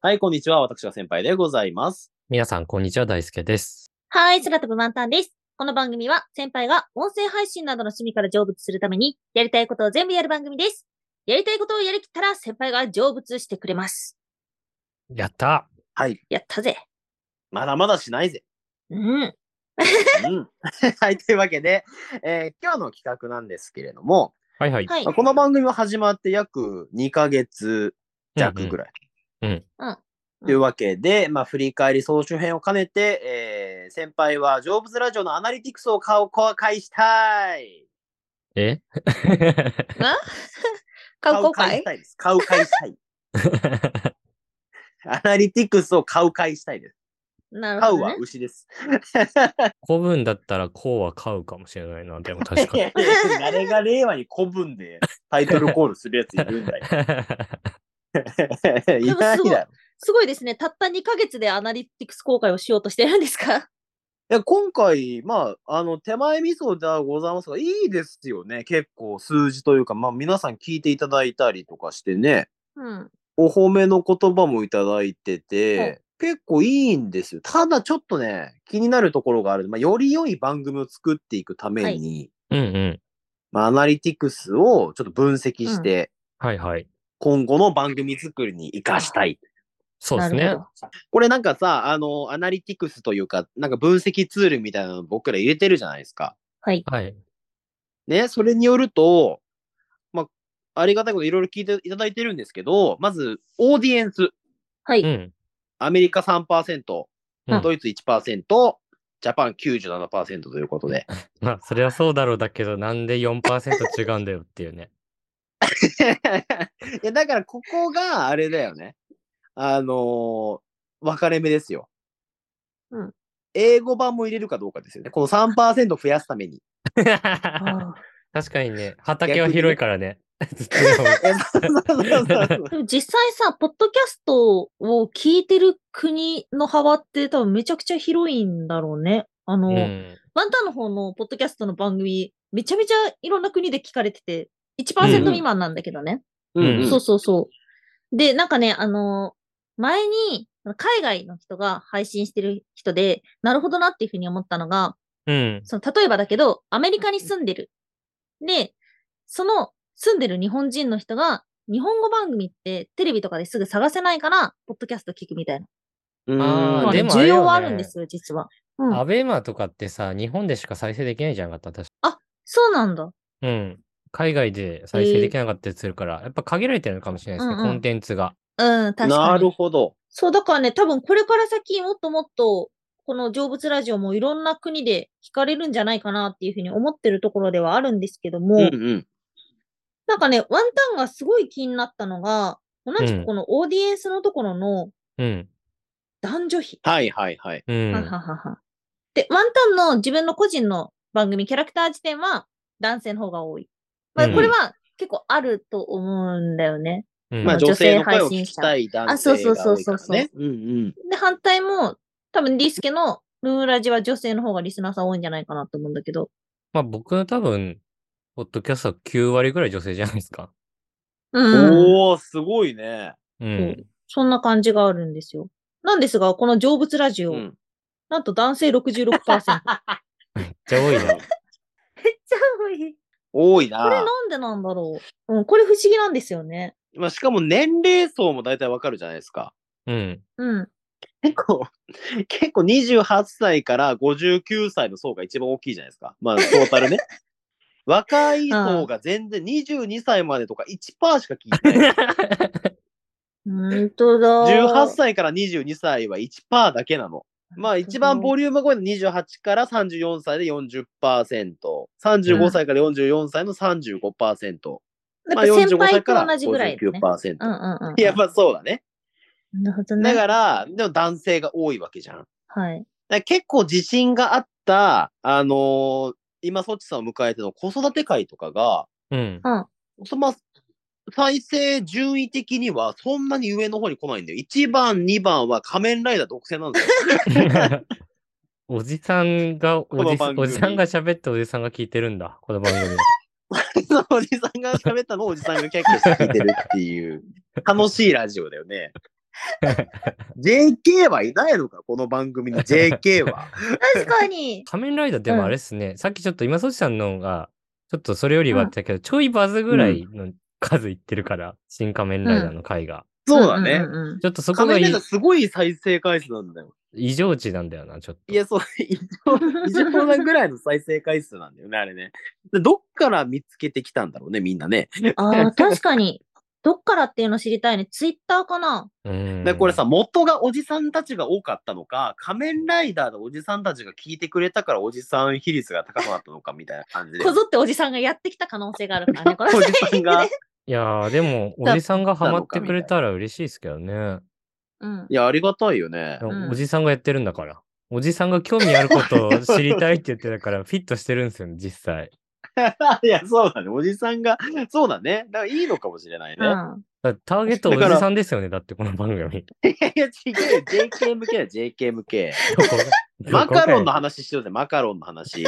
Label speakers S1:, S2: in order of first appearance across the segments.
S1: はい、こんにちは。私が先輩でございます。
S2: 皆さん、こんにちは、大輔です。
S3: オはい、空飛ぶ満タンです。この番組は先輩が音声配信などの趣味から成仏するために、やりたいことを全部やる番組です。やりたいことをやりきったら先輩が成仏してくれます。
S2: やった
S1: はい。
S3: やったぜ。
S1: まだまだしないぜ。
S3: うん。
S1: うん。 はい、というわけで、えー今日の企画なんですけれども、
S2: はいはい。
S3: はい
S1: まあ。この番組は始まって約2ヶ月弱ぐらい。
S2: うんうん
S3: うんうん
S1: というわけで、まあ、振り返り総集編を兼ねて、えー先輩はジョーブズラジオのアナリティクスを公開したい。
S2: え
S3: な顔公
S1: 買
S3: 開
S1: うしたいです。買う会したい。 アナリティクスを買う会したいです。
S3: なる
S1: 買
S3: ほ
S1: う
S3: ど、
S1: は
S3: ね。
S1: 牛です。
S2: 古文だったら、こうは買うかもしれないな、でも確か に。
S1: 誰が令和に古文でタイトルコールするやついるんだよ。 いない
S3: すごい
S1: だろ。
S3: すごいですね。たった2ヶ月でアナリティクス公開をしようとしてるんですか
S1: いや今回、まあ、あの、手前味噌ではございますが、いいですよね。結構数字というか、まあ、皆さん聞いていただいたりとかしてね、
S3: うん。
S1: お褒めの言葉もいただいてて、結構いいんですよ。ただちょっとね、気になるところがある。まあ、より良い番組を作っていくために、
S3: はい
S2: うんうん。
S1: まあ、アナリティクスをちょっと分析して、
S2: はいはい。
S1: 今後の番組作りに活かしたい。
S2: そうです
S3: な
S2: ね
S3: るほ。ど
S1: これなんかさ、あの、アナリティクスというか、なんか分析ツールみたいなの僕ら入れてるじゃないですか。
S3: はい。
S2: はい。。
S1: ね、それによると、まあ、ありがたいこといろいろ聞いていただいてるんですけど、まず、オーディエンス、
S3: はいう
S2: ん。
S1: アメリカ3%、
S2: うん
S1: ドイツ1%、ジャパン97%ということで。
S2: まあ、そりゃそうだろうだけど、なんで4%違うんだよっていうね。
S1: いや、だからここがあれだよね。あのー分かれ目ですよ。
S3: うん
S1: 英語版も入れるかどうかですよね。この3%増やすために。
S3: あ
S2: 確かにね、畑は広いからね。 ずっと読む
S1: いやそうそうそうそう
S3: ーでも実際さ、ポッドキャストを聞いてる国の幅って多分めちゃくちゃ広いんだろ うね。あの、
S2: うん
S3: ワンタンの方のポッドキャストの番組、めちゃめちゃいろんな国で聞かれてて、
S1: うんうん
S3: 1%未満なんだけどね。
S1: うんうん
S3: そうそうそう。で、なんかね、あのー前に、海外の人が配信してる人で、なるほどなっていうふうに思ったのが、
S2: うん。
S3: その、例えばだけど、アメリカに住んでる。で、その住んでる日本人の人が、日本語番組ってテレビとかですぐ探せないから、ポッドキャスト聞くみたいな。
S1: う
S2: あー
S3: まあ
S1: ん
S3: ね
S2: でもあ
S3: 需
S2: れよね
S3: 要はあるんですよ、実は。うん
S2: アベマとかってさ、日本でしか再生できないじゃなかった、確か
S3: そうなんだ。
S2: うん。海外で再生できなかったりするから、やっぱ限られてるのかもしれないですね、
S3: うんうん
S2: コンテンツが。
S3: うん、確
S1: な
S3: か
S1: る
S3: に。
S1: ほど。
S3: そう、だからね、多分これから先、もっともっと、この成仏ラジオもいろんな国で聞かれるんじゃないかなっていうふうに思ってるところではあるんですけども、
S1: うんうん。
S3: なんかね、ワンタンがすごい気になったのが、同じ
S2: うん
S3: くこのオーディエンスのところの
S2: うん。
S3: 男女比。
S1: はいはいはい。
S2: う
S3: は
S2: ん。
S3: ははは。で、ワンタンの自分の個人の番組、キャラクター時点は男性の方が多い。まあ、
S2: うん
S3: これは結構あると思うんだよね。
S2: うん
S1: まあ
S3: 女
S1: 女性の声を
S3: 配信
S1: 聞き
S3: 者
S1: たい男性が多いから、ね。
S3: あそうそうそうそうそう
S1: うんうん。
S3: で、反対も、多分リスケのムーンラジは女性の方がリスナーさん多いんじゃないかなと思うんだけど。
S2: まあ僕の多分、ポッドキャストは9割ぐらい女性じゃないですか。
S3: うん。
S1: おー、すごいね。
S2: う
S3: うん
S2: ん。
S3: そんな感じがあるんですよ。なんですが、この成仏ラジオ、
S1: うん。
S3: なんと男性66%。めっち ゃ
S2: じゃあ多いな。
S3: 多い。
S1: 多い
S3: これ
S1: な。
S3: なんでなんだろう。うん、これ不思議なんですよね。
S1: まあ、しかも年齢層も大体わかるじゃないですか。
S2: うん。
S3: うん。
S1: 結構、 結構28歳から59歳の層が一番大きいじゃないですか。まあ、トータ ルね。若い層が全然22歳までとか1%しか聞いて ない。
S3: 本当だ。
S1: 18歳から22歳は1%だけなの。まあ一番ボリュームが多いのは28から34歳で40%、35歳から44歳の35%、
S3: な
S1: まあ
S3: んか先
S1: 45
S3: 輩
S1: 歳か
S3: と
S1: ら
S3: 同じぐらいだね。
S1: 59%。
S3: うんうんうん。
S1: いや、まあそうだね。
S3: なるほど
S1: だ
S3: ね。
S1: から、でも男性が多いわけじゃん。だか
S3: はい。
S1: ら結構自信があった、あのー今そっちさんを迎えての子育て会とかが、
S2: うん。
S1: そまあ、再生順位的にはそんなに上の方に来ないんだよ。1番、2番は仮面ライダー独占なんですよ。
S2: おじさんが、お
S1: の
S2: じ
S1: 番組
S2: おじさんが喋っておじさんが聞いてるんだ、この番組。
S1: そうおじさんが喋ったのをおじさんがキャッキャして聞いてるっていう、楽しいラジオだよ ね。JK はいないのかこの番組に JK は。
S3: 確かに。
S2: 仮面ライダーでもあれっすね、さっきちょっと今、そちさんのが、ちょっとそれよりはあったけど、ちょいバズぐらいの数いってるから、新仮面ライダーの回が。
S1: そうだね。
S3: んうんうん
S2: ちょっとそこ
S1: 仮
S2: が
S1: 面
S2: い
S1: ライダーすごい再生回数なんだよ。
S2: 異常値なんだよな、ちょっと。
S1: いや、そう、異常、異 常なぐらいの再生回数なんだよね、あれね。でどっから見つけてきたんだろうね、みんなね。
S3: ああ、確かに。どっからっていうの知りたいね。ツイッターかな
S2: うん
S1: で、これさ、、元がおじさんたちが多かったのか、仮面ライダーのおじさんたちが聞いてくれたからおじさん比率が高くなったのかみたいな感じで。
S3: こぞっておじさんがやってきた可能性があるからね。この
S1: おじさんが。
S2: いやー、で も、おじさんがハマってくれたら嬉しいですけどね。
S3: うん
S1: い。や、ありがたいよね。
S3: ん
S2: おじさんがやってるんだから。おじさんが興味あるこ とを知りたいって言ってたから、フィットしてるんですよね、実際。
S1: いや、そうだね。おじさんが、そうだね。だからいいのかもしれないね。
S3: うん
S2: だってターゲットお
S1: だから
S2: じさんですよね、だってこの番
S1: い
S2: 組。
S1: やいや、違うよ。JK 向けだよ、JK 向け。
S2: どこ
S1: マ
S2: が
S1: カロンの。
S2: どこが
S1: 話しようぜ、マカロンの話。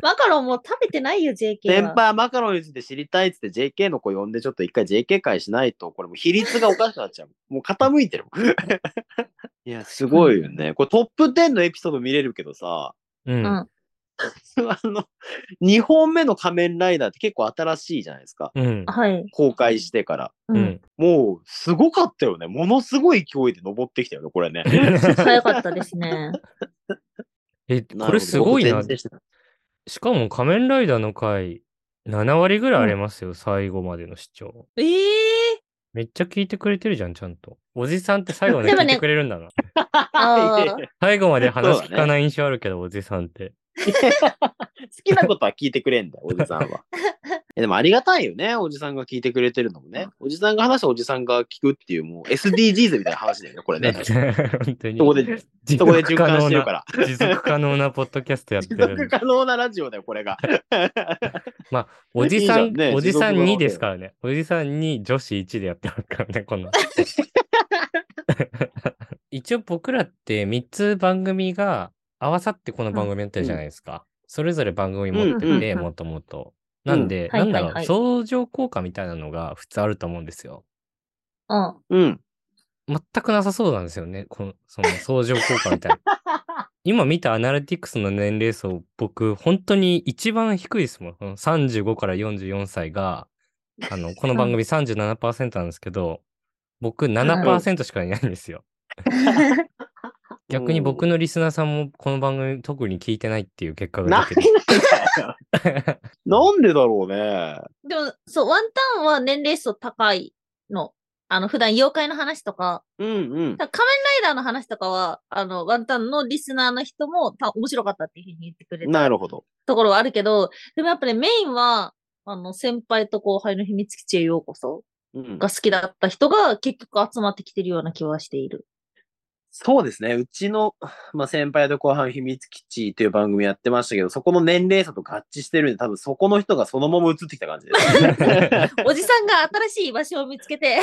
S3: マカロンもう食べてないよ、JK は。
S1: 先輩、マカロンについて知りたいっつって JK の子呼んで、ちょっと一回 JK 会しないと、これもう比率がおかしくなっちゃう。もう傾いてるもん。いや、すごいよね。これトップ10のエピソード見れるけどさ、
S2: うん。
S3: うん
S1: あの、2本目の仮面ライダーって結構新しいじゃないですか。
S2: うん。
S3: はい。
S1: 公開してから。
S3: う。
S2: うんん。
S1: もう、すごかったよね。ものすごい勢いで登ってきたよね、これね。
S3: 早かったです ね。
S2: え、これすごいな。しかも仮面ライダーの回、7割ぐらいありますよ、最後までの視聴。
S3: ええ
S2: めっちゃ聞いてくれてるじゃん、ちゃんと。おじさんって最後まで
S3: でも
S2: 聞い
S3: ね
S2: てくれるんだな。
S3: あー
S1: いやいや
S2: 最後まで話
S1: そうだね
S2: 聞かない印象あるけど、おじさんって。
S1: 好きなことは聞いてくれんだよ、おじさん は。えでもありがたいよね、おじさんが聞いてくれてるのもね。おじさんが話したおじさんが聞くっていう、もう SDGs みたいな話だよね、 これね。
S2: 本当に。
S1: そこで、そこで循環してるから。
S2: 持続可能なポッドキャスト やって
S1: 持
S2: るん
S1: 続
S2: で。
S1: 可能なラジオだよ、これが。
S2: おじさ
S1: いい
S2: ん、
S1: じゃんね
S2: おじさ
S1: 持
S2: ん
S1: 続可能
S2: 2ですからね。おじさん2、女子1でやってますからね、 この。一応僕らって3つ番組が合わさってこの番組やってるじゃないですか。それぞれ番組持って
S1: うん
S3: うん
S2: て、
S3: うん
S2: もともと。なんで、
S3: うん
S2: なんだ
S3: はいはい
S2: ろ
S3: はい
S2: う、相乗効果みたいなのが普通あると思うんですよ。
S3: うん。
S1: うん。
S2: 全くなさそうなんですよね。この、その相乗効果みたいな。 今見たアナリティクスの年齢層、僕、本当に一番低いですもん。その35から44歳が、あの、この番組37%なんですけど、僕7%しかいないんで すよ。逆に僕のリスナーさんもこの番組特に聞いてないっていう結果
S1: な
S2: が
S1: い
S2: 出てる。
S1: な なんでだろうね。
S3: でも、そう、ワンタンは年齢層高いの。あの、普段妖怪の話とか、
S1: うんうん。
S3: 仮面ライダーの話とかは、あの、ワンタンのリスナーの人もた面白かったっていうふうに言ってくれた
S1: なるほど。
S3: ところはあるけど、でもやっぱりメインは、あの、先輩と後輩の秘密基地へようこそ
S1: うん
S3: が好きだった人が結局集まってきてるような気はしている。
S1: そうですね。うちの、まあ、先輩と後輩秘密基地という番組やってましたけど、そこの年齢差と合致してるんで、多分そこの人がそのまま移ってきた感じです。
S3: おじさんが新しい居場所を見つけて、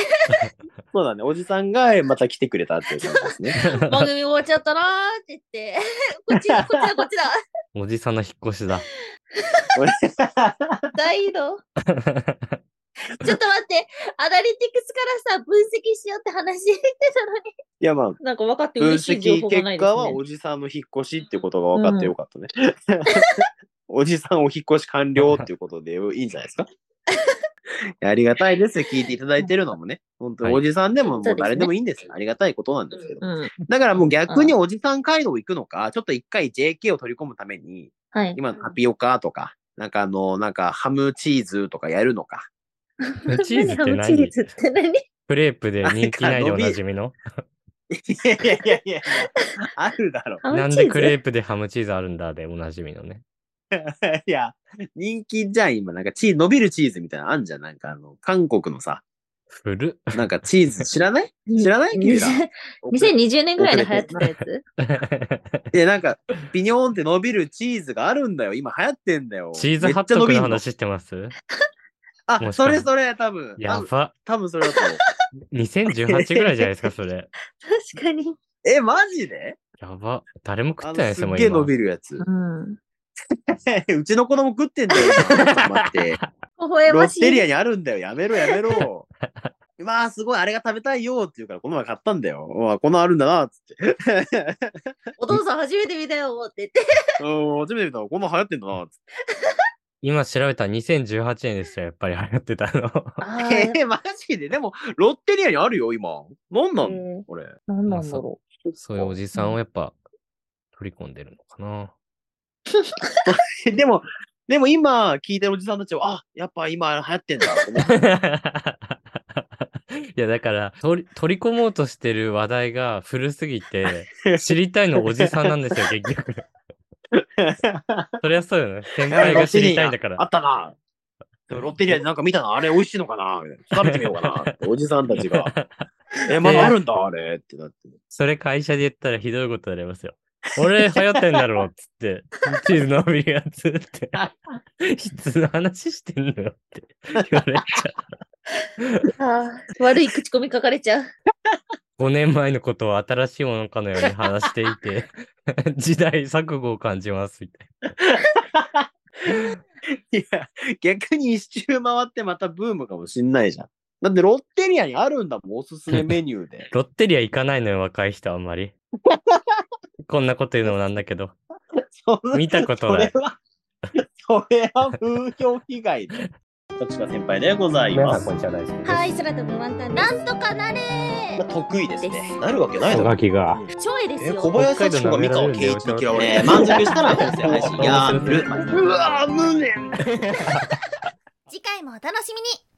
S1: そうだね。おじさんがまた来てくれたっていう感じですね。
S3: 番組終わっちゃったなーって言って、 こっちだ、こっちだ、こっちだ、
S2: おじさんの引っ越し だ。
S3: 大移動。ちょっと待って、アナリティクスからさ、分析しようって話してたのに。
S1: いや、まあ、
S3: なんか分かって
S1: 分
S3: 嬉しい情
S1: 析
S3: 報がない
S1: 結
S3: で
S1: 果
S3: す
S1: は
S3: ね。
S1: おじさんの引っ越しっていうことが分かってよ かったね。おじさんお引っ越し完了っていうことでいいんじゃないですかいやありがたいですよ。聞いていただいてるのもね。本当に
S2: はい
S1: おじさんで
S3: そ
S1: もも
S3: う
S1: う
S3: ですね
S1: 誰でもいいんですよ。ありがたいことなんですけど。
S3: うん。
S1: だからもう逆におじさん街道行くのか、ちょっと一回 JK を取り込むために、
S3: はい。
S1: 今のタピオカとか、なんかあの、なんかハムチーズとかやるの か。
S2: チーズって
S3: ハムチー
S2: 何
S3: ズって何
S2: クレープで人気ないでおなじみの。
S1: いやいやいやいやいや、あるだろ う。
S3: ハムチーズ
S2: なんでクレープでハムチーズあるんだでおなじみのね。
S1: いや、人気じゃん、今。なんかチー、伸びるチーズみたいなのあんじゃん。なんかあの、韓国のさ、
S2: 古っ。
S1: なんかチーズ知らない知らない 君ら。
S3: 2020年ぐらいに流行ってたやつ
S1: で、なんか、ビニョーンって伸びるチーズがあるんだよ。今流行ってんだ よ。
S2: チーズハ
S1: め
S2: ッ
S1: っちゃ伸
S2: トク
S1: びん
S2: の話して ます
S1: あ、それそれ、多分。
S2: や
S1: 多分
S2: ば。
S1: 多分それだと思う。
S2: 2018ぐらいじゃないですか、それ。
S3: 確かに。
S1: え、マジで
S2: やば。誰も食
S1: あ
S2: ってない
S1: の
S2: です
S1: す
S2: よ、
S1: っ
S2: もう
S1: げえ伸
S2: 今。
S1: びるやつ。
S3: うん。
S1: うちの子供食ってんだよ。今待って。
S3: 微笑
S1: ロ
S3: ま
S1: ッ
S3: しい。
S1: テリアにあるんだよ。やめろ、やめろ。まあ、すごい、あれが食べたいよって言うから、この前買ったんだよ。まあ、このあるんだな、つって。
S3: お父さん初めて見たよって言って。
S1: うん、初めて見たわこんなん流行ってんだな、つっ
S2: 今調べたら2018年でしたよ、やっぱり流行って たの。
S3: あ
S1: て。えー、マジで。でも、ロッテリアにあるよ、今。なんな
S3: あ、
S1: んだ、
S3: えー
S1: これ。
S3: 何なんだろ
S2: そういうおじさんをやっぱ取り込んでるのかな。
S1: でも、でも今、聞いてるおじさんたちは、あ、やっぱ今流行ってんだと思って。
S2: いやだから取り取り込もうとしてる話題が古すぎて知りたいのおじさんなんですよ 結局そりゃそうよね先輩が知りたいんだか
S1: あ
S2: ら
S1: ったな。でもロッテリアでなんか見たな、あれ美味しいのかなみたいな食べてみようかな って。おじさんたちが。え、まだあるんだ、あれってなって。
S2: それ会社で言ったらひどいことになりますよ俺流行ってんだろうっつ ってチーズ伸びるやつって質の話してんのよって言われちゃう
S3: う。あー悪い口コミ書かれちゃう。
S2: 5年前のことを新しいものかのように話してい て時代錯誤を感じますみたいない。
S1: や、逆に一周回ってまたブームかもしんないじゃん。だってロッテリアにあるんだもん、おすすめメニューで
S2: ロッテリア行かないのよ、若い人あんまり。こんなこと言うのもなんだけど。
S1: そんな
S2: 見たことない
S1: それは、 それは風評被害 だ。徳島先輩でございます。
S2: んにちは、大好き
S3: はい、空飛ぶワンタン。なんとかなれ
S1: まあ得意です
S3: で
S1: ね。なるわけないだろ。
S2: きが
S3: 超えです
S1: え、
S3: よ。
S1: 小林幸子が三河圭一に嫌われ
S4: えー、満足したら音声 配信やる。
S1: うわ無念
S5: 次回もお楽しみに